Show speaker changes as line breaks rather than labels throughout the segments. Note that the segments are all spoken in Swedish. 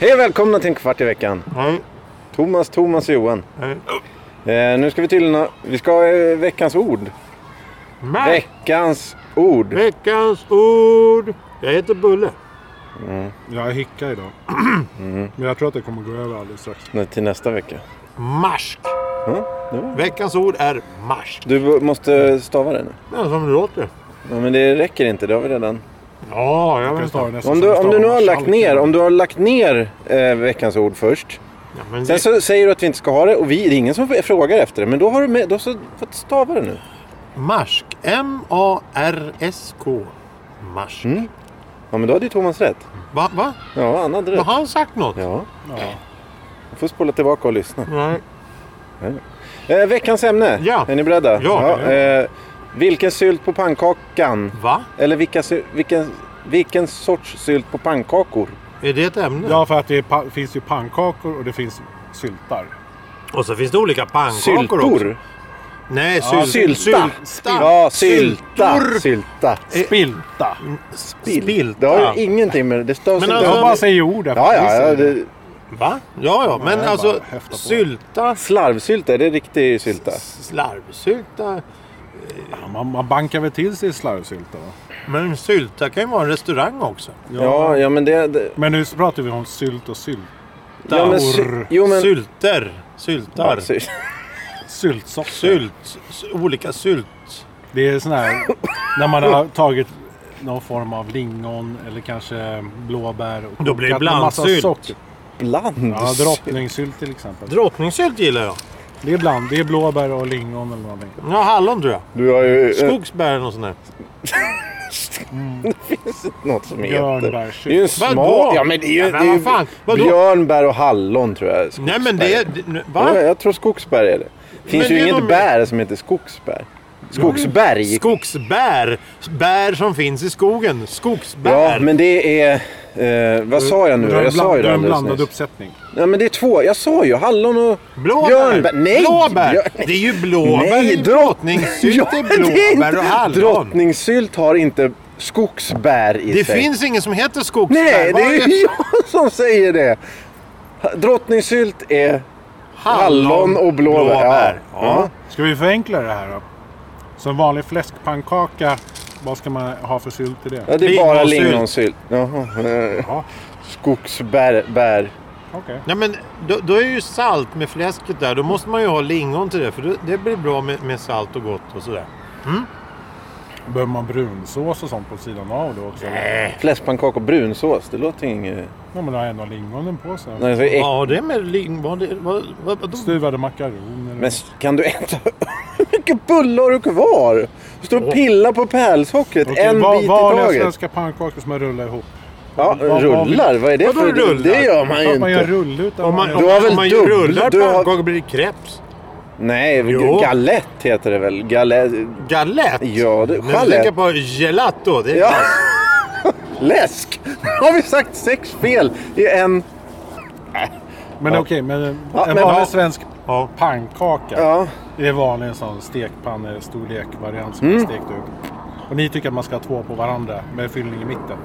Hej och välkomna till en kvart i veckan.
Hej.
Thomas, Thomas och Johan.
Hej.
Eh, nu ska vi tydligen ha, vi ska ha eh, veckans ord.
Mac,
Veckans ord.
veckans ord. Jag heter Bulle.
Jag hickar idag.
Mm.
Men jag tror att det kommer gå över alldeles strax.
Nej, Till nästa vecka.
Marsk.
Ja, det var-
Veckans ord är marsk.
Du b- måste stava det nu.
Ja, som det låter.
Ja, men det räcker inte, det har vi redan.
Ja, jag vet
Jag
inte.
stavar nästan
Om
som
du,
jag
om du nu
stavar
har lagt
Schalke.
ner, om du har lagt ner eh, veckans ord först.
Ja, men
Sen
det,
så säger du att vi inte ska ha det och vi, det är ingen som frågar efter det. Men då har du med, då så, fått stava det nu.
Marsk. M-A-R-S-K. Marsk.
Mm. Ja, men då hade ju Thomas rätt.
Va? Va?
Ja, han hade
Har
rätt.
han sagt något?
Ja,
Ja.
du får spola tillbaka och lyssna.
Nej.
Eh, veckans ämne.
Ja.
Är ni beredda?
Ja.
eh, vilken sylt på pannkakan?
Va?
Eller vilka, sy- vilken, vilken sorts sylt på pannkakor?
Är det ett ämne?
ja, för att det är pa- finns ju pannkakor och det finns syltar.
Och så finns det olika pannkakor också.
Syltor?
Nej, syl,
Ja, sylta.
sylta. Eh,
Ja, sylta.
Syltor.
Sylta.
Spilta.
Spill.
Spilta.
Det har ju ingenting med det. Det står
Men
så-
alltså-
Jag bara säger ord efter.
Ja, ja, ja
Visst är
det,
Va? Ja, ja. Men
jag
alltså
bara häftar på.
sylta,
slarvsylta, är det riktig sylta?
slarvsylta.
Ja, man, man bankar väl till sig slarvsylta va?
Men sylta kan ju vara en restaurang också.
Ja, ja men det... det
Men nu pratar vi om sylt och sylt.
ja, men, sy, jo, men,
Sylter. Syltar.
ja, sy-
Syltsocker.
sylt. s- Olika sylt.
Det är sån här när man har tagit någon form av lingon eller kanske blåbär. Och
Då blir det
kokat med massa
blandsylt.
socker.
bland.
Ja, drottningsylt till exempel.
Drottningsylt gillar jag.
Det är bland. Det är blåbär och lingon eller någonting.
Ja, hallon tror jag.
Du har ju eh,
Skogsbären och sånt där.
något som heter...
Björnbärssylt.
Det är ju en
Vadå?
smal... Ja, men det är ju...
Ja,
det
men
är ju
vad fan? Vadå?
björnbär och hallon tror jag.
Nej men det är... det-
Ja,
Va?
jag tror skogsbär är det. finns
Men
ju
det är
inget
de-
bär som heter skogsbär. Skogsberg.
Skogsbär. Bär som finns i skogen. Skogsbär.
Ja, men det är... Eh, vad sa jag nu?
Du har en
Jag sa ju
bland- du
det
har en
alldeles
blandad
nyss.
uppsättning.
Ja, men det är två. Jag sa ju hallon och
Blåbär!
björnbär. Nej!
blåbär!
björn-
Det är ju blåbär
Nej,
i
drott-
drottningsylt,
Ja,
det är
men det är
blåbär
inte-
och hallon.
Drottningsylt har inte skogsbär i
Det
sig.
finns ingen som heter skogsbär.
Nej, det
Vad
är ju jag som säger det. Drottningsylt är hallon och blåbär. Ja.
Ja.
Ja.
Ska vi förenkla det här då? Så en vanlig fläskpannkaka, vad ska man ha för sylt till det?
Ja, det är bara
Lingonsylt.
lingonsylt. Jaha. eh,
Ja,
Skogsbär. Bär.
okej.
Nej, men då, då är ju salt med fläsket där. Då måste man ju ha lingon till det. För det, det blir bra med, med salt och gott och sådär.
Behöver man brunsås och sånt på sidan av då också? Nej.
Fläskpannkaka och brunsås. Det låter inget...
Ja, men då har ändå lingonen på sig.
Nej, så äck-
Ja, det är med lingon. Vad, det- vad, vad, vad,
Stuvade makaroner.
Men s- kan du äta hur mycket bullar har du kvar? Du står och pillar på pärlsockret
Okej,
en
va-
bit i
Vanliga
taget.
svenska pannkakor som man rullar ihop.
Ja,
va-
rullar? Vad är det
Vadå
för...
rullar?
Det gör man ju
Man, man gör
inte.
rulle utan
om man,
man
om,
Du har väl
om man
dubbel-
rullar
du har-
pannkakor blir det kreps.
Nej,
Jo.
galett heter det väl? Galett...
Galett.
Ja, det-
Nu
chalett.
tänker jag på gelato. Det är
Ja. Läsk! Har vi sagt sex fel i en...
Men okej, men en
Ja, men-
vanlig
ja.
svensk
Ja.
pannkaka.
Ja.
Det är vanlig en sån stekpannestorlek-variant som
Mm.
man stekt upp. Och ni tycker att man ska ha två på varandra med fyllning i mitten.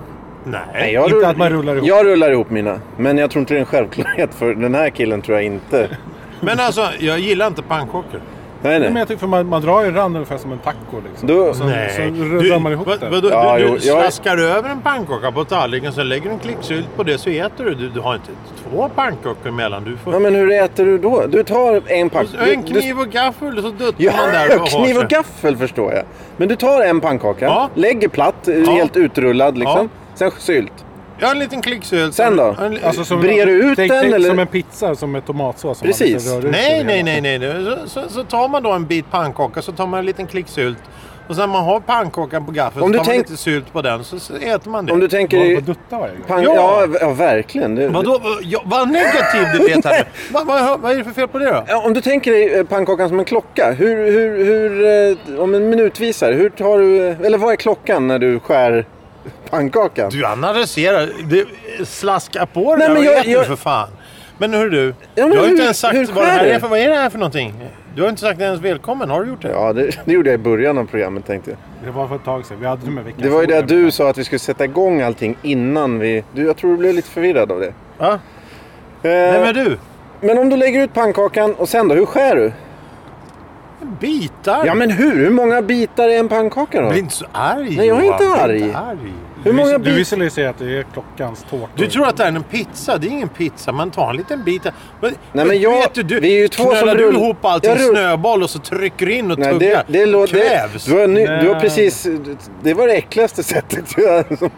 Nej.
Nej, jag
Inte att man rullar ihop.
Jag rullar ihop mina. Men jag tror inte det är en självklarhet för den här killen tror jag inte.
Men alltså, jag gillar inte pannkakor.
Nej,
Men
nej.
jag tycker för man, man drar ju rand ungefär som en taco liksom.
Då-
Och sen,
Nej.
Så rullar man ihop
vad,
det.
Vadå,
Ja,
du,
jo,
du
jag är-
slaskar över en pannkaka på tallriken, sen lägger du en klick sylt på det så äter du. Du, du har inte två pannkakor emellan. Du får...
Ja, men hur äter du då? Du tar en pack...
en
du- du-
kniv och gaffel så duttar
Ja,
man där och har
kniv
sig.
och gaffel förstår jag. Men du tar en pannkaka,
Ja.
lägger platt, eh, helt utrullad liksom. Sen sylt.
Jag har en liten klick sylt.
Sen då?
En- en-
Alltså, som-
Brer du ut
tänk,
den,
tänk,
eller?
Som en pizza som med tomatsås. Som man
Precis.
liksom rör ut
Nej,
över
nej, nej,
hela.
nej. nej. Så, så, så tar man då en bit pannkaka så tar man en liten klick sylt. Och sen man har pannkakan på gaffeln
Om
så
du
tar man
tänk-
lite sylt på den så, så äter man det.
Om du
Man
tänker...
får dutta varje gång.
Pank...
Ja.
Ja. v- ja, verkligen. Det...
Vadå? Vad- Ja, vad negativ du vet här nu. vad, vad, vad är det för fel på det då?
Ja, Om du tänker dig eh, pannkakan som en klocka, eh, hur, hur, hur, eh, om en minutvisare, hur tar du, eller vad är klockan när du skär pannkakan.
Du analyserar. Du, slaska på det
Nej,
där
men
och
jag-
ät nu
jag-
för fan. Men hur du.
Ja, men
du har ju inte
hur-
ens sagt
hur
vad, det här
skär
är
det?
för, vad är det här för någonting. Du har inte sagt ens välkommen. Har du gjort det?
Ja, det, det gjorde jag i början av programmet tänkte jag.
Det var för ett tag sedan. Vi hade med vilka
Det var ju det
frågor.
du sa att vi skulle sätta igång allting innan vi... Du, jag tror du blev lite förvirrad av det.
Ja.
Eh,
Vem är
men...
du?
om du lägger ut pannkakan och sen då, hur skär du?
Bitar.
Ja men hur? Hur många bitar är en pannkaka då?
Bli inte så arg
Nej, jag är
Johan.
inte
Bli
arg.
arg.
Hur många
Du
bitar?
visualiserar att det är klockans tårta.
Du tror att det här är en pizza. Det är ingen pizza. Man tar en liten bit. Men, men
men jag-
vet du, du
vi är ju två
knölar
som
du
rull-
ihop allt i en
Jag rull-
snöboll och så trycker du in och
Nej,
tuggar.
det, det, lå- det,
Kvävs.
du, har ny, du har
Nej.
precis... Det var det äckligaste sättet jag... som-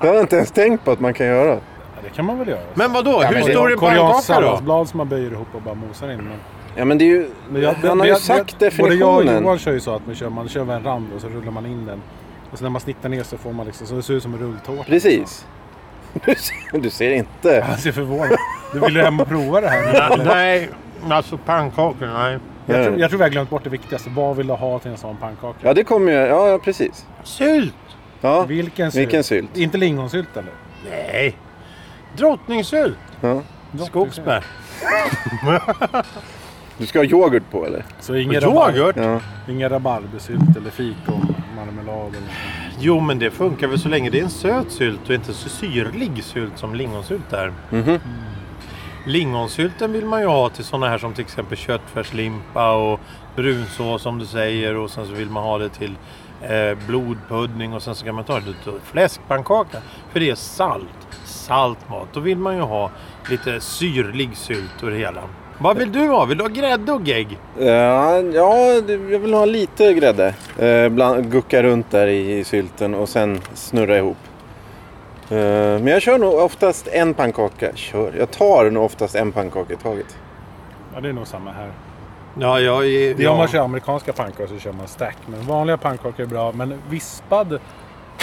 Det har jag inte ens tänkt på att man kan göra.
Ja, det kan man väl göra.
Men vadå?
Ja,
hur
men det-
stor är
Koreanskt
pannkaka då?
salladsblad som man böjer ihop och bara mosar in. Men...
Ja men det är ju...
Men jag-
han har
men
ju
jag-
sagt
jag- Både jag och
definitionen.
Johan kör ju så att man kör, man kör över en rand och så rullar man in den. Och sen när man snittar ner så får man liksom, så det ser ut som en rulltårta.
Precis. Du ser, du ser inte.
Han ser förvånad Du ville hem och prova det här.
Ja, Nej, alltså pannkakor, nej.
Jag tror, jag tror vi har glömt bort det viktigaste. Vad vill du ha till en sån pannkaka?
Ja det kommer ju... Ja ja, precis.
Sylt?
Ja.
Vilken sylt?
Vilken sylt?
Inte lingonsylt eller?
Nej. Drottningsylt?
Ja.
Skogsbär?
Du ska ha yoghurt på eller?
Så ingen rabarber-
Yoghurt?
Ja.
Ingen rabarbersylt eller fikonmarmelad eller
Jo, men det funkar väl så länge det är en söt sylt och inte så syrlig sylt som lingonsylt är.
Mhm.
Lingonsylten vill man ju ha till sådana här som till exempel köttfärslimpa och brunsås som du säger och sen så vill man ha det till eh, blodpudding och sen så kan man ta det till fläskpannkaka. För det är salt, salt mat. Då vill man ju ha lite syrlig sylt och det hela. Vad vill du ha? Vill du ha grädde och gegg?
Ja, Eh, ja, det- jag vill ha lite grädde. Eh, bland, gucka runt där i, i sylten och sen snurra ihop. Eh, men jag kör nog oftast en pannkaka. Kör. Jag tar nog oftast en pannkaka i taget.
Ja, det är nog samma här.
Ja, jag är...
Det är Om man kör amerikanska pannkakor så kör man stack. Men vanliga pannkakor är bra. Men vispad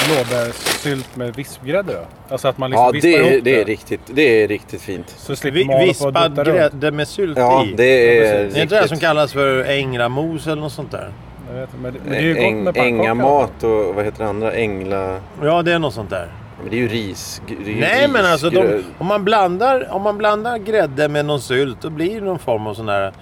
blåbärssylt med vispgrädde då? Alltså att man liksom
Ja,
vispar
det är,
ihop
det, är riktigt, det är riktigt fint.
Så slipper
Vi,
man hålla på och dutta
vispad
runt.
grädde med sylt
Ja,
i.
det är
precis.
Det är inte det här som
riktigt.
kallas för ängramos eller något sånt där?
Jag vet, men, det, men det är ju gott
Äng,
med pannkaka.
Ängamat och vad heter det andra? Ängla...
Ja, det är något sånt där.
Men det är ju ris. g- det är ju
Nej, men alltså de,
risgrö-
om, man blandar, om man blandar grädde med någon sylt då blir det någon form av sån här...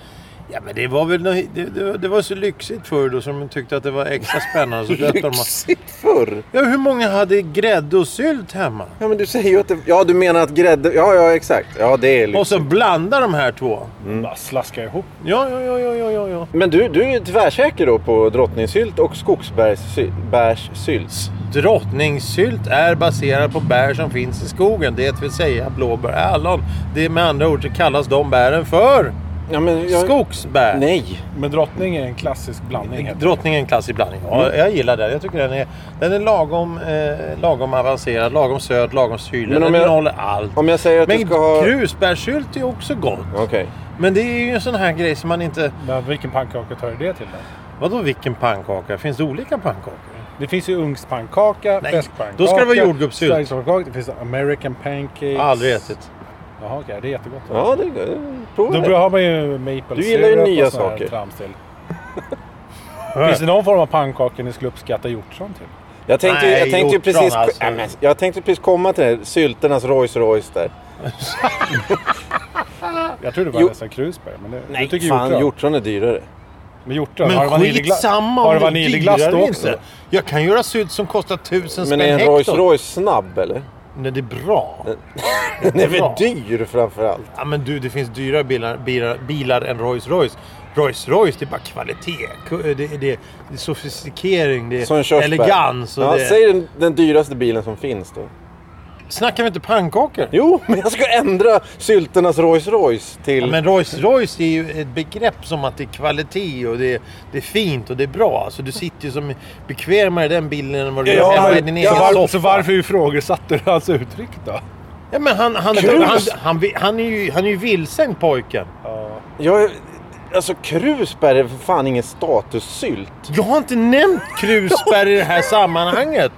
Ja, men det var väl... nå- Det, det, det var så lyxigt förr då som de tyckte att det var extra spännande. Så döpte de...
Lyxigt förr!
Ja, hur många hade grädde och sylt hemma?
Ja, men du säger ju att det... Ja, du menar att grädde... Ja, ja, exakt. Ja, det är lyxigt.
Och så blanda de här två.
Bara slaska ihop.
Ja, ja, ja, ja, ja, ja, ja.
Men du, du är tvärsäker då på drottningsylt och skogsbärssylt?
Drottningsylt är baserad på bär som finns i skogen. Det vill säga blåbär, hallon. Det är med andra ord så kallas de bären för
Ja, men
skogsbär.
Nej.
Men drottning är en klassisk blandning. heter det.
Drottningen klassig blandning. Ja,
Mm.
Jag gillar den. Jag tycker den är, den är lagom, eh, lagom avancerad, lagom söt, lagom syrlig.
Men om
Den
jag-
innehåller allt.
Om jag säger att
Men
du ska ha...
krusbärssylt är också gott.
Okej.
Men det är ju en sån här grej som man inte...
Men vilken pannkaka tar du det till då?
Vadå vilken pannkaka? Finns det olika pannkakor?
Det finns ju ugnspannkaka,
Nej,
fläskpannkaka.
då ska det vara jordgubbssylt.
Sörgårdspannkaka, det finns American pancakes.
Jag har aldrig ätit.
Jaha, okej. Det är jättegott.
Ja, det är... Prova
Då
det.
bra- har man ju maple
Du gillar ju
syrup och
nya
sån här
saker.
Trams till. finns det någon form av pannkaka ni skulle uppskatta hjortron till?
Jag tänkte,
Nej,
jag tänkte ju
hjortron,
precis...
alltså.
Ja, men Jag tänkte precis komma till det här. Sylternas Rolls Royce där.
Jag tror det var
Jo-
nästan krusbär. Men det,
Nej,
du tycker
fan.
hjortron.
Hjortron är dyrare.
Men hjortron,
Men
har du vaniljglass?
skitsamma
Har
om
du
det är
vaniljglass
dyrare
då
eller
också?
inte. Jag kan göra sylt som kostar tusen
Men
spänn
är en Rolls
hektot.
Royce snabb eller?
Nej, det är bra.
Den är väl
Bra.
dyr framförallt?
Ja men du, det finns dyrare bilar, bilar, bilar än Rolls Royce. Rolls Royce, det är bara kvalitet. Ku- eh, Det, det, det är sofistikering, det
Som en
är
körsbär.
elegans. Och
ja,
det...
Säg den, den dyraste bilen som finns då.
Snackar vi inte pannkakor?
Jo, men jag ska ändra sylternas Rolls Royce till...
Ja, men Rolls Royce är ju ett begrepp som att det är kvalitet och det är, det är fint och det är bra. Alltså, du sitter ju som bekvämare i den bilen än vad du
Ja,
gör hemma i
men-
din
så
egen
Så, var,
soffa.
så varför ifrågasatte du hans uttryck då?
Ja, men han, han, han,
Krus!
han, han, han är ju, han är ju vilsen pojken.
Jag, alltså krusbär är för fan ingen statussylt.
Jag har inte nämnt Krusberg i det här sammanhanget.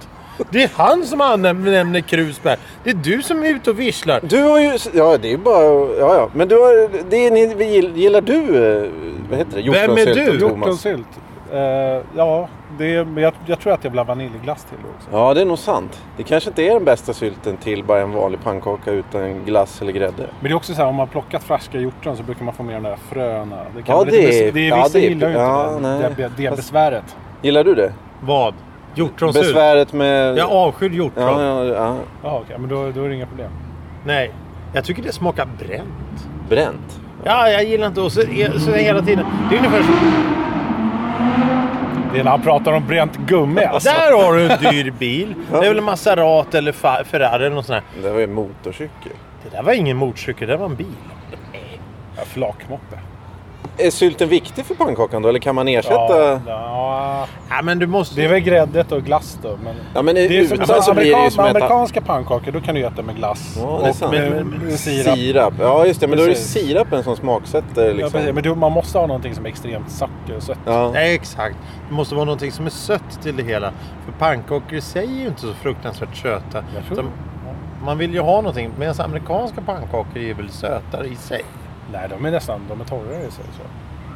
Det är han som nämner Krusberg. Det är du som är ute och visslar.
Du har ju... Ja, det är ju bara... Ja, ja. Men du har... Det är, ni, vi gill- gillar du... eh, Vad heter det?
Vem är
Hjortronsylt
du?
och Thomas.
Hjortronsylt? Eh, ja, det, är- men jag, jag tror att jag vill ha vaniljglass till det också.
Ja, det är nog sant. Det kanske inte är den bästa sylten till bara en vanlig pannkaka utan glass eller grädde.
Men det är också så här, om man plockat färska hjortron så brukar man få med de där fröna. Det, kan
Ja,
vara lite
det är-
bes- det är
ja, det
Vissa
är-
gillar ju inte
ja, nej.
det, det, det
Fast-
besväret.
Gillar du det?
Vad? Hjortronsylt?
Besväret med...
Jag avskyr hjortron.
ja, ja, ja.
Ja, okej, men då, då är det inga problem.
Nej, jag tycker det smakar bränt.
Bränt.
Ja, jag gillar inte och så, så hela tiden. Det är ungefär som...
Det är när han pratar om bränt gummi alltså.
Där har du en dyr bil. Det är väl en Maserati eller Fa- Ferrari eller något sånt där.
Det var ju en motorcykel.
Det där var ingen motorcykel, det där var en bil.
Ja, Flakmoppe.
Är sylten viktig för pannkakan då? Eller kan man ersätta?
Ja,
Ja,
ja,
Ja, men du måste...
det är väl gräddet och glass då. Men
men
det är som,
utan så blir det ju
amerikan,
som ett...
amerikanska pannkakor, då kan du äta med glass
Ja, det är
och
sant.
med,
Men-
med sirap.
Sirap. Ja, just det. Men då är det
Precis.
sirapen som smaksätter
Ja,
liksom.
precis, men du, man måste ha någonting som är extremt socker. Så
Ja.
Nej, exakt. Det måste vara någonting som är sött till det hela. För pannkakor i sig är ju inte så fruktansvärt söta.
Jag tror-
Utan Man vill ju ha någonting. Medan amerikanska pannkakor är väl sötare i sig.
nej, de är nästan de är torrare i sig. Så.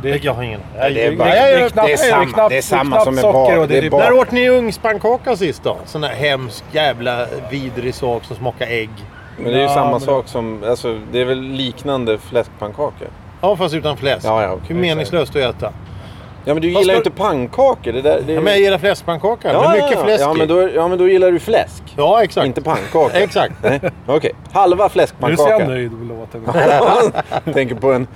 Det, jag har ingen aning.
Nej, det är bara-
det är
det är
knappt-
samma-
knappt-
det är samma
knappt
som är
socker
bar-
och
det
det är
är
typ-
bar-
När åt ni ugnspannkaka sist då? Sån där hemsk jävla vidrig sak som smakar ägg.
Men det är ju
Ja,
samma
men-
sak som... Alltså, det är väl liknande fläskpannkaka?
Ja, fast utan fläsk.
Ja, ja,
Hur
okej.
meningslöst att äta.
Ja, men du
Fast
gillar ju
då-
inte pannkakor. Det där, det... är-
Ja, men jag gillar fläskpannkaka.
Ja,
men
ja,
mycket
ja.
fläsk
ja,
i.
men då, ja, men då gillar du fläsk.
Ja, exakt.
Inte pannkaka.
Exakt.
Nej, Okej, halva
Nu ser jag
fläskpannkaka.
nöjd och låten.
Tänker på en,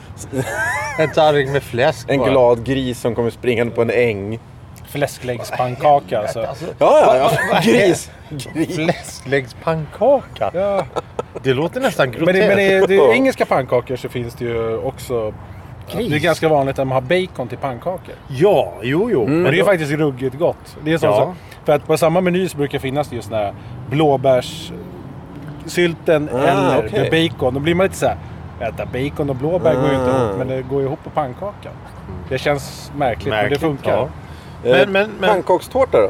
En tallrik med fläsk
en
bara.
glad gris som kommer springande på en äng.
Fläskläggspannkaka alltså.
Ja, ja, ja. Gris. gris.
Fläskläggspannkaka?
Ja.
Det låter nästan groteskt.
Men, det, men det, det, i engelska pannkakor så finns det ju också... Det är ganska vanligt att man har bacon till pannkakor.
Ja, jo, jo.
Mm. Men det är
då-
faktiskt ruggigt gott. Det är sånt
Ja.
som, för att på samma meny så brukar det finnas just den här blåbärs... Sylten
Ah,
eller
okej.
med bacon. Då blir man lite så här... Äta bacon och blåbär går ju inte
Ah.
ihop, men det går ihop på pannkakan. Det känns märkligt,
Märkligt,
men det funkar.
ja.
Men,
Men- men- men-
Eh, Pannkakstårta då?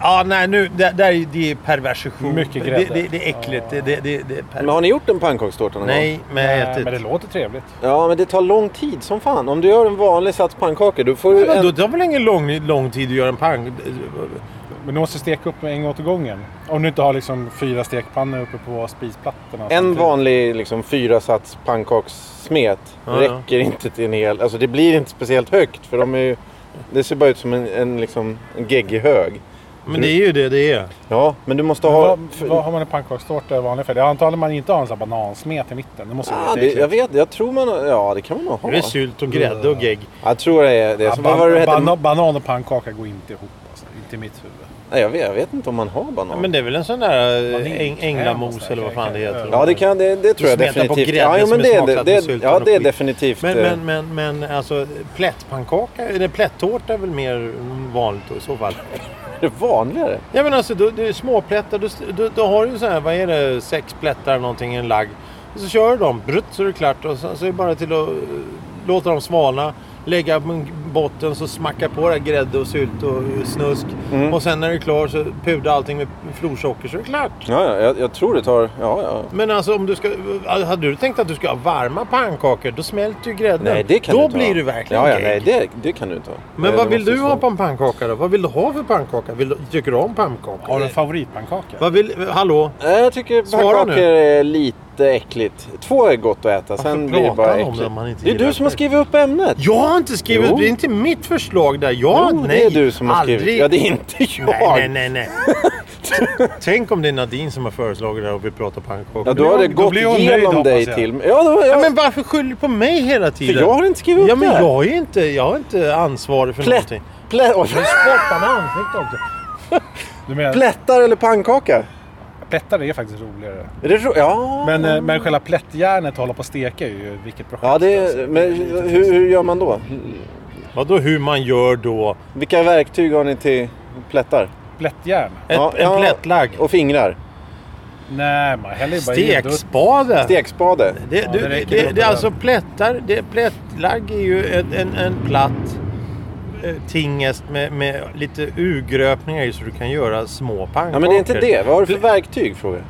Ja, nej, nu, det, där är, det är perversion.
Mycket grädde.
Det, det, det är äckligt. Det, det, det, det är
Men
perversion.
har ni gjort en pannkakstårta någon gång?
Nej, men jag har
Nej, Eh, men det
ätit.
låter trevligt.
Ja, men det tar lång tid som fan. Om du gör en vanlig sats pannkakor, då får du
Men Då
en...
tar väl ingen lång, lång tid att göra en pang?
Men du måste steka upp med en åt gången. Om du inte har liksom fyra stekpannor uppe på spisplattorna.
En
samtidigt.
vanlig liksom, fyra sats pannkakssmet
Ja, ja.
räcker inte till en hel... Alltså det blir inte speciellt högt för de är ju... Det ser bara ut som en, en, liksom, en geggig hög.
Men det är ju det det är.
Ja, men du måste ha...
Vad, vad har man en pannkakstårta i vanlig färg? Jag antar att man inte har en sån här banansmet i mitten. Det måste
Ja,
bli
det,
jätteäckligt.
jag vet, jag tror man... Ja, det kan man nog
Det är
ha.
sylt och grädde och gegg.
Jag tror det är det.
Ja,
Så
ban-
vad var det du hette?
bana- banan och pannkaka går inte ihop. Alltså. Inte i mitt huvud.
Nej, jag, vet, jag vet inte om man har banan.
Men det är väl en sån där eh,
Vanilj.
äng, änglamos eller vad fan det heter.
Ja, det, kan, det, det tror jag
smetar på
definitivt.
grädde
ja, jo,
som
men
är
det,
smaksatt
det, det,
med syltan
ja,
och
det är
skit.
definitivt.
Men,
eh,
men, men, men alltså plättpannkaka, eller plättårta är väl mer vanligt då, i så fall?
Är det vanligare?
Ja men alltså, då, det är småplättar. Då, då, då har du ju så här, vad är det, sex plättar eller någonting i en lagg. Och så kör du dem, brutt så är det klart. Och sen så är det bara till att eh, låta dem svalna. Lägga på en botten så smacka på det här grädde och sylt och eh, snusk.
Mm.
Och sen när det är klart så pudra allting med florsocker så är det klart.
Ja, ja jag, jag tror det tar... Ja, ja.
Men alltså om du ska, hade du tänkt att du ska ha varma pannkakor då smälter ju grädden.
Nej, det kan
då
du inte
blir
ha.
du verkligen
ja, ja,
gegg.
nej, det, det kan du inte ha.
Men
Nej,
vad
det
vill du
måste
ha
stå-
på en pannkaka då? Vad vill du ha för pannkaka? Vill, du- tycker du om pannkaka?
Har du
Eh.
en favoritpannkaka?
Vad vill, hallå?
Nej, jag tycker
Svara
pannkakor
nu.
är lite äckligt. Två är gott att äta, sen blir det
pratar
bara
han om det
äckligt.
om han inte
det är
gillar
du som har
det?
skrivit upp ämnet.
Jag har inte skrivit,
Jo.
det är inte mitt förslag där. Jag,
Jo,
nej,
det är du som har skrivit.
aldrig.
Ja, det är inte jag.
Nej, nej, nej. nej. T- Tänk om det är Nadine som har föreslagit det här och vi pratar pannkakor.
Ja, då har det
Då
gått
blir hon nöjd,
igenom
hoppas
dig
jag.
till... Ja, då,
Ja,
ja,
men varför skyller du på mig hela tiden?
för jag har inte skrivit upp
Ja, men
det här.
jag är inte, jag är inte ansvarig för
Plätt,
någonting.
plä, oj,
Spottar med ansiktet också.
Du menar,
plättar eller pannkaka?
plättar är faktiskt roligare.
Är det ro- ja.
Men, eh, men själva plättjärnet hålla på att steka är ju vilket projekt.
Ja, det
alltså.
är, men hur, hur gör man då?
Vadå hur man gör då?
Vilka verktyg har ni till plättar?
Plättjärn?
Ett,
Ja,
en
ja.
plättlagg?
Och fingrar?
Nej, man häller bara i. Då-
Stekspade?
Stekspade?
Det,
Ja,
du,
det
det,
räcker
det,
nog
det
för
är alltså plättar. Det, plättlagg är ju en, en, en platt eh, tingest med, med lite urgröpningar i så du kan göra små pannkakor.
Ja, men det är inte det. Vad har du för verktyg? Frågar jag.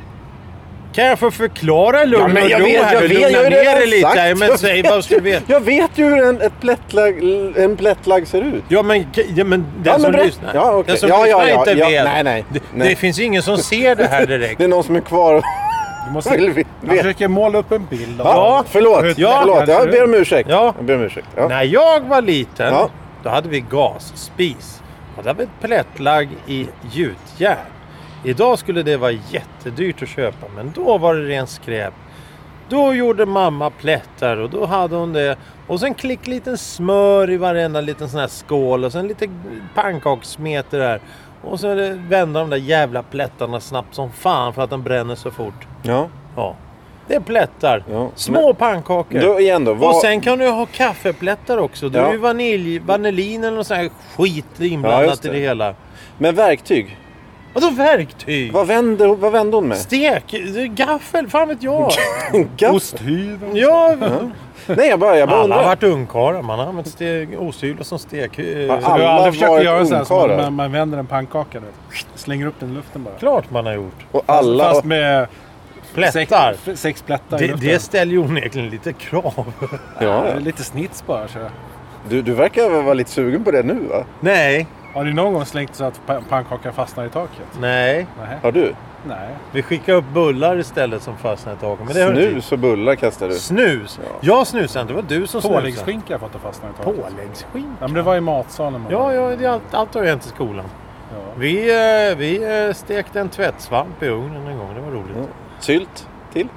Kan jag få förklara lugn
Ja, men
och
jag
ro
vet,
här
jag
nu?
vet,
Lugna
jag har ju
ner
redan
dig lite.
sagt.
Nej, men
Jag
säg vad du vet.
Jag vet ju hur en, ett plättlag, en plättlag ser ut.
Ja men, ja, men den
Ja, men
som
berätta.
lyssnar,
Ja, okej.
den som
Ja, ja,
lyssnar
ja,
inte
ja.
vet.
Nej, nej.
Det,
Nej.
det finns ingen som ser det här direkt.
Det är någon som är kvar och
Du måste,
vill
han
veta.
försöker måla upp en bild av...
Ja, förlåt.
Ja,
förlåt.
kanske
Jag
du.
ber om ursäkt.
Ja.
Jag ber om ursäkt. Ja.
När jag var liten,
Ja.
då hade vi gasspis. Då hade vi ett plättlagg i gjutjärn. Idag skulle det vara jättedyrt att köpa, men då var det ren skräp. Då gjorde mamma plättar och då hade hon det. Och sen klick liten smör i varenda liten sån här skål och sen lite pannkakssmeter där. Och så vände de där jävla plättarna snabbt som fan för att de bränner så fort.
Ja.
Ja, det är plättar.
Ja,
Små pannkakor.
Då igen då. Vad...
Och sen kan du ha kaffeplättar också. Då
Ja.
är ju vanilj, vanillin eller någon sån här skit
Ja,
inblandat
just det.
i det hela.
Men verktyg.
Vadå verktyg?
Vad vände, vad vände hon med?
Stek? Gaffel? Fan vet jag?
Gaff-
Osthyveln.
ja,
Nej, jag bara, jag bara
alla har
undrar.
varit ungkarlar. Man har använt steg- osthyvlar som stek...
Ja,
Du
alla
har aldrig
var
försökt göra så här som
ungkarlar.
att man, man vänder en pannkaka nu. Slänger upp den i luften bara.
Klart man har gjort.
Och alla...
Fast med
Plättar.
sex, sex plättar i
Det,
luften.
det ställer ju onekligen lite krav.
Ja,
Det
ja.
är Lite snits bara. Så.
Du, du verkar vara lite sugen på det nu va?
Nej,
Har ni någon gång slängt så att pa- pannkakan fastnar i taket?
nej.
Nej.
Har du?
Nej.
Vi skickar upp bullar istället som fastnar i taket. Men det hör till.
Snus och bullar kastar du.
Snus? Jag snusade inte. Det var du som snusade.
Påläggsskinka har fått att fastna i taket.
Påläggsskinka?
Ja, men det var i matsalen. man-
Ja, ja det är allt, allt har ju hänt i skolan.
Ja.
Vi, eh, vi eh, stekte en tvättsvamp i ugnen en gång. Det var roligt.
Ja. Sylt till?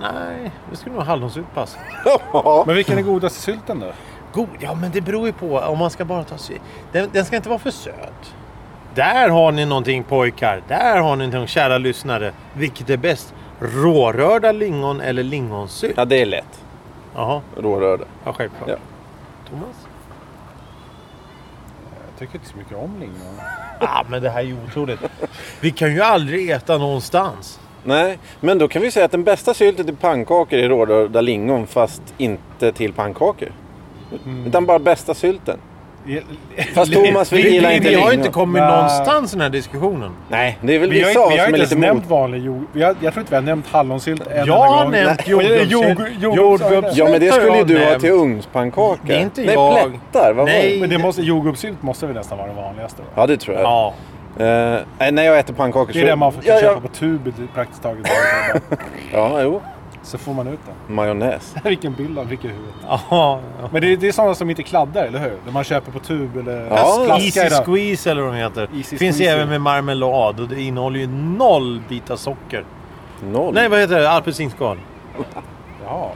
Nej, det skulle nog hallonsylt passa.
Ja.
Men vilken är godaste sylten då?
God, ja men det beror ju på om man ska bara ta sy- den, den ska inte vara för söt. Där har ni någonting pojkar. Där har ni någonting kära lyssnare. Vilket är bäst? Rårörda lingon eller lingonsylt?
ja, det är lätt.
Jaha,
Rårörda.
ja självklart.
Ja.
Thomas?
Jag tycker inte så mycket om lingon.
Ah, men det här är ju otroligt. Vi kan ju aldrig äta någonstans.
Nej, men då kan vi säga att den bästa sylten till pannkakor är rårörda lingon fast inte till pannkakor. Utan bara bästa sylten. Fast Thomas, vi
Vi,
gillar
vi,
inte
vi har ju
lingon.
inte kommit
Nej.
någonstans i den här diskussionen.
Nej, det är väl
Vi har,
vissa
inte,
av oss
vi har
som är
inte ens
lite
nämnt
mot.
vanlig jord... vi har- Jag tror inte vi har nämnt hallonsylt en enda
Jag har
gång.
nämnt
Och det är
jordgubbssylt.
jordgubb- jordgubbssylt.
Jordgubbs-
Ja, men det
Syltar
skulle ju
jag
du ha
nämnt.
till ugnspannkaka.
Det är inte
Nej,
jag.
plättar. Vad
Nej.
var det?
Men det måste, jordgubbssylt måste väl nästan vara det vanligaste? Va?
Ja, det tror jag.
Ja.
Eh, nej, när jag äter pannkakor
Det är det man får
ja,
köpa
ja.
på tub i typ praktiskt taget. varje dag.
ja, jo.
Så får man ut den.
Majonnäs.
Vilken bild av vilken huvud.
Ja.
Men det är, det är sådana som inte kladdar, eller hur? De man köper på tub eller
Ja,
i
Easy
den.
squeeze eller vad de heter.
Easy
Finns
squeeze,
även
ja.
med marmelad och det innehåller ju noll bitar socker.
Noll.
Nej, vad heter det? Apelsinskal.
Jaha.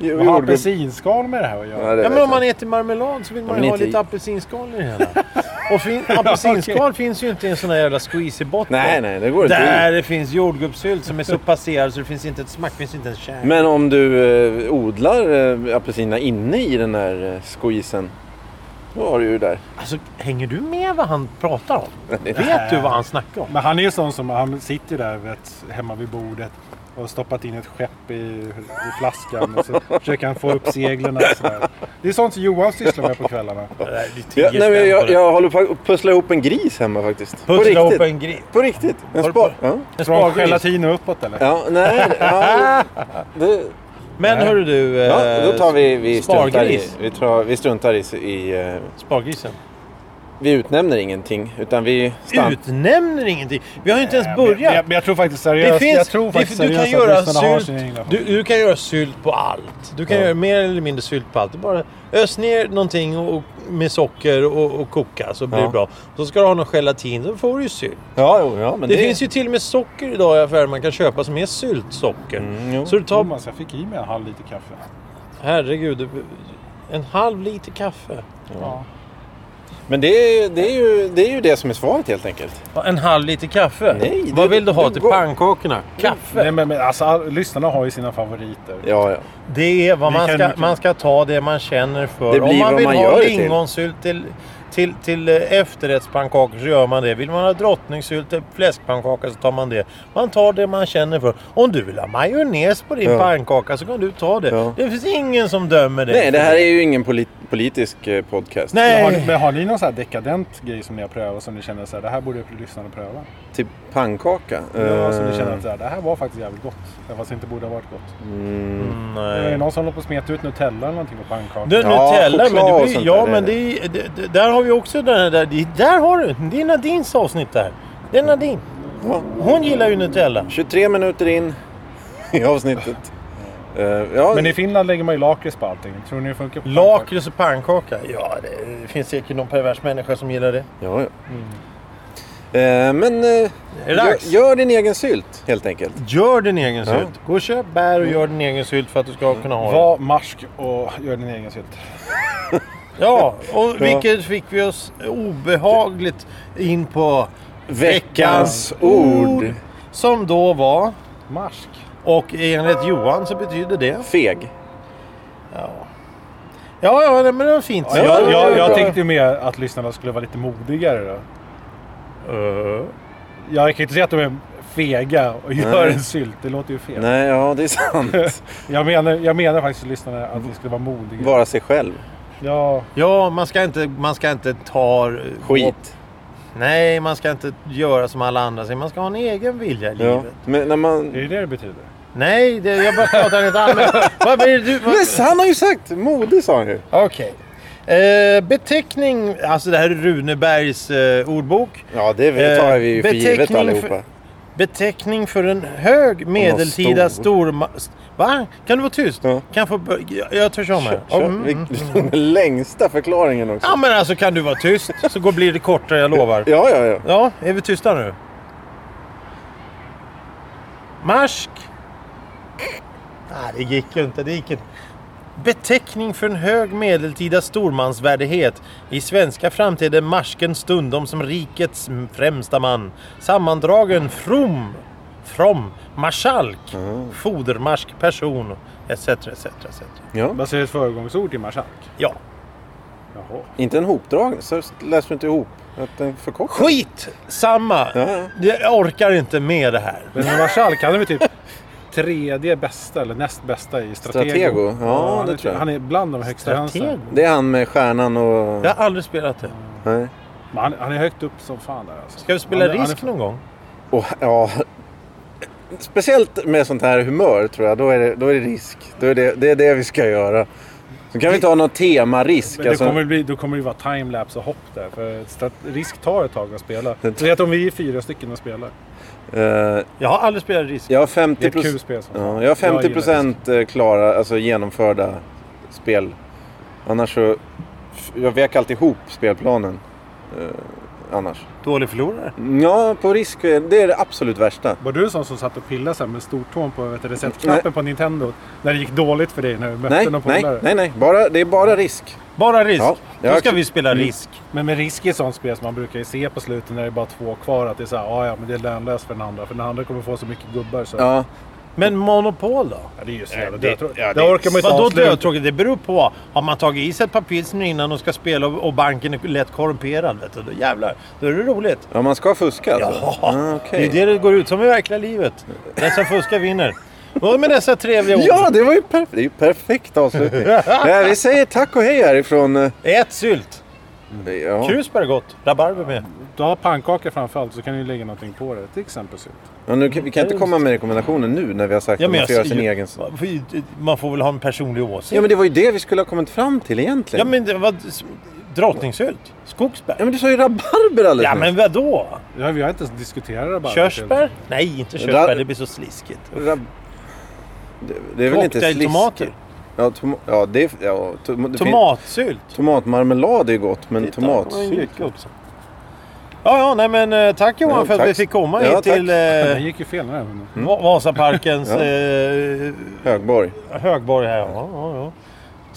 Jo,
Vad har
jordgubb-
apelsinskal med det här att
Ja,
göra?
det
Ja,
vet
men om
jag.
man äter marmelad så vill man
men
ju ha
inte i.
lite apelsinskal i det hela. Och fin- apelsinskal finns ju inte i en sån här jävla squeeze i botten.
Nej, nej, det går inte.
Där det finns jordgubbssylt som är så passerad så det finns inte ett smack, det finns inte en kärn.
Men om du eh, odlar eh, apelsinerna inne i den här eh, squeezen. Då har du ju där.
Alltså, hänger du med vad han pratar om? Vet du vad han snackar om?
Men han är ju sån som, han sitter där vet, hemma vid bordet och har stoppat in ett skepp i, i flaskan. Och så försöker han få upp seglen och sådär. Det är sånt som Johan sysslar med på kvällarna.
Nej, det är tio
Jag, nej, men
spänn på
jag,
det.
jag håller på att pussla ihop en gris hemma faktiskt.
Pussla
på
ihop
riktigt.
en gris.
På riktigt. En
Har du
spar.
på-
Ja.
En
Från
spargris.
gelatin och uppåt eller?
ja, nej. Ja, det,
Men
Nej.
hörru du.
ja, då tar vi... Vi struntar i...
Eh, spargris.
Vi, tra, vi struntar i... i eh,
Spargrisen.
vi utnämner ingenting. Utan vi... stann-
Utnämner ingenting. Vi har ju inte ens
Men, Eh, men, jag,
börjat.
men jag tror faktiskt seriöst,
Alltså, Det finns,
jag tror faktiskt
det, du, kan
seriöst att
göra
ryssarna har sin
sylt,
egna
du, du kan göra sylt på allt. Du kan
Ja.
göra mer eller mindre sylt på allt. Du bara ös ner någonting och, och, med socker och, och koka så blir
Ja.
det bra. Så ska du ha någon gelatin, då får du ju sylt.
Ja, jo, ja, men
Det,
det...
finns ju till och med socker idag i affärer man kan köpa som är syltsocker.
Mm, jo.
så du tar,
Thomas, jag fick i mig en halv liter kaffe.
herregud, en halv liter kaffe.
Ja.
Men det är, det, är ju, det är ju det som är svaret helt enkelt.
Ja, En halv liter kaffe?
Nej, det-
Vad vill du ha
det
till
går-
pannkakorna? Kaffe?
Nej, men, men alltså, all, lyssnarna har ju sina favoriter.
Ja, ja.
Det är vad
Vi
man
kan
ska,
mycket-
man ska ta det man känner för.
Det blir
Om man
vad
vill
man gör
ha
det till.
lingonsylt till, till, till eh, efterrättspannkakor så gör man det. Vill man ha drottningsylt till fläskpannkaka så tar man det. Man tar det man känner för. Om du vill ha majonnäs på din
Ja.
pannkaka så kan du ta det.
Ja.
Det finns ingen som dömer dig.
Nej, det här är ju ingen polit- politisk eh, podcast.
Nej.
Men har, ni- men har ni någon någon sån här dekadent grej som ni har prövat som ni känner så här, det här borde lyssnarna pröva?
Till pannkaka?
Ja, som ni
Eh,
känner att så här, det här var faktiskt jävligt gott. Även fast det inte borde ha varit gott.
mm,
Mm,
Är det
nej.
någon som håller på att smeta ut Nutella eller någonting på pannkakan?
Du,
Ja,
Nutella, men
choklad
det
och
blir,
sånt
ja
där,
men
det
det, är- det, det, där har vi också den där. det- Där har du! Det är Nadines avsnitt där. Det är Nadine.
ja.
Hon gillar ju Nutella.
23 minuter in i avsnittet. Eh, ja,
Men i Finland lägger man ju lakrits på allting. Tror ni det funkar på pannkakor?
Lakrits och pannkaka. Ja, det, det finns säkert någon pervers människa som gillar det.
ja, ja. Eh, men eh,
Är det
gör,
dags?
gör din egen sylt helt enkelt.
Gör din egen
Ja. Mm.
sylt. Gå och köp bär och gör din egen sylt för att du ska kunna ha den.
Var marsk och gör din egen sylt.
Ja, och vilket fick vi oss obehagligt in på
Veckans ord.
Som då var,
Marsk?
och enligt Johan så betyder det...
Feg.
Ja, ja, ja nej, men det var fint.
Ja, jag,
det är
jag, jag
bra.
tänkte ju mer att lyssnarna skulle vara lite modigare då.
Eh,
Jag kan ju inte säga att de är fega och gör
Nej.
en sylt. Det låter ju fel.
Nej, ja det är sant.
Jag menar, jag menar faktiskt lyssnarna att ni skulle vara modiga.
Vara sig själv.
Ja,
ja, man ska inte, man ska inte ta...
Skit.
Nej, man ska inte göra som alla andra säger. Man ska ha en egen vilja i
Ja.
livet.
Men när
det
man...
är det det betyder.
Nej, det, jag bara pratar lite allmänt. Vad blir du? Vad...
Men han har ju sagt modig sa han ju.
Okej. Eh, beteckning, alltså det här är Runebergs eh, ordbok.
Ja, det vet-
Eh,
tar vi ju för givet
beteckning
allihopa.
för- Beteckning för en hög medeltida
stor.
storma... st- Va? Kan du vara tyst?
Ja.
Kan jag få... bör- Jag, jag törs om här.
Kör, kör.
Mm, mm.
Vi- Den längsta förklaringen också.
Ja men alltså kan du vara tyst så går, blir det kortare, jag lovar.
Ja, ja, ja.
Ja, är vi tysta nu? Marsk. Nej, det gick ju inte. Det gick inte. Beteckning för en hög medeltida stormansvärdighet. I svenska framtiden marsken stundom som rikets främsta man. Sammandragen from, from, marskalk, fodermarsk person, etc. etc, etc.
ja.
Vad säger ett föregångsord till marskalk?
Ja.
Jaha.
Inte en hopdragning, så läser du inte ihop. Att den förkortas.
Skit samma!
Ja.
Jag orkar inte med det här.
Men en marskalk, han är väl typ tredje bästa eller näst bästa i Stratego.
Stratego, ja,
han
det
är,
tror jag.
Han är bland de högsta
Strateg.
hönsen.
Det är han med stjärnan och...
Jag har aldrig spelat det.
Nej.
Men han, han är högt upp som fan där alltså.
Ska vi spela
han, är-
risk någon gång?
Och, ja. Speciellt med sånt här humör tror jag, då är det, då är det risk. Då är det, det är det vi ska göra. Så kan vi inte ha något tema-risk.
Men det
Alltså,
kommer bli, då kommer det vara timelapse och hopp där. För stat, risk tar ett tag att spela. Du vet om vi är fyra stycken och spelar.
eh,
Jag har aldrig spelat risk.
jag har
Det är
50,
ett kul
proc-
spel. Som fan.
Typ- ja, jag har
Jag gillar
50 procent eh, klara, alltså genomförda spel. Annars så... Jag vek alltid ihop spelplanen. Eh, annars.
Dålig förlorare.
Ja, på risk, eh, det är det absolut värsta.
Var du sån som satt och pillade så här med stortån på vet, du, receptknappen på Nintendo? När det gick dåligt för dig när du mötte
Nej,
någon
nej,
polare?
nej, nej. Bara, det är bara risk.
Bara risk.
Ja, Mm. jag
Då ska
accept-
vi spela risk.
Men med risk i ett sånt spel som man brukar ju se på slutet när det är bara två kvar. Att det är så här, "Ah, ja men det är lönlöst för den andra. För den andra kommer få så mycket gubbar så.
Ja,
Men Monopol då?
Ja, det är ju så jävla
det-
dödtråkigt.
ja,
det,
det-
orkar man ju inte
Vadå
avslöja.
dödtråkigt? Det beror på. Har man tagit i sig ett par pilsner innan och ska spela och och banken är lätt korrumperad, vet du, då jävlar. Då är det roligt.
ja man ska fuska alltså.
Ja,
Ah, okej.
det är det det går ut som i verkliga livet. Den som fuskar vinner. Och med dessa trevliga ord.
Ja, det var ju perfekt. Det är ju perfekt avslutning. Nej, vi säger tack och hej härifrån. eh,
Ät sylt.
Ja.
Krusbär är gott. Rabarber med.
Du har pannkaka framförallt så kan du ju lägga någonting på det. Till exempel sylt.
Ja, nu, kan- vi kan inte komma med rekommendationer nu när vi har sagt
Ja,
att
men
man
jag-
får göra sin egen.
Man får väl ha en personlig åsikt.
Ja, men det var ju det vi skulle ha kommit fram till egentligen.
Ja men det var drottningsylt. Skogsbär.
Ja, men du sa ju rabarber alldeles
Ja men vadå?
Ja, vi har inte ens diskuterat det bara.
Körsbär? Nej inte
Ra-
körsbär, det blir så sliskigt.
nyss. Rab... Det, det är väl inte
Cocktailtomater.
sliskigt? Ja, toma... ja, det är... Ja, tom... det fin-
Tomatsylt.
Tomatmarmelad är ju gott, men tomatsylt...
Tomatsylt också. Ja, ja, nej men eh, tack Johan
Ja,
för
tack.
att vi fick komma
Ja,
hit
tack. Mm.
till
Den
eh,
gick ju fel den här hunden.
Va- Vasaparkens
Ja.
eh,
Högborg.
högborg här. Ja, ja, ja.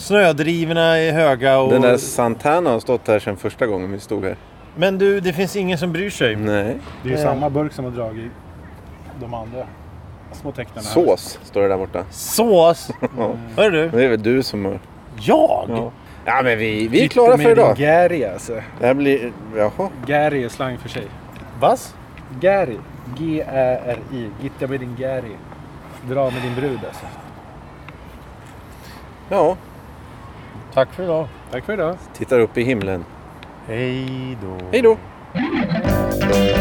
Snödrivorna är höga och...
Den där Santana har stått här sedan första gången vi stod här.
Men du, det finns ingen som bryr sig.
Nej.
Det är ju
Eh.
samma burk som har dragit de andra små tecknen här.
Sås står det där borta.
Mm. Sås! Hör du?
Det är väl du som har...
Jag?
Mm. Ja, ja men vi, vi är klara för idag.
Gary alltså.
Det här blir... Jaha.
Gary är slang för sig.
Vass?
Gary. G-Ä-R-I. Gitta med din Gary. Dra med din brud alltså.
Ja,
Tack för idag.
Tack för idag.
tittar upp i himlen.
Hej då.
Hej då!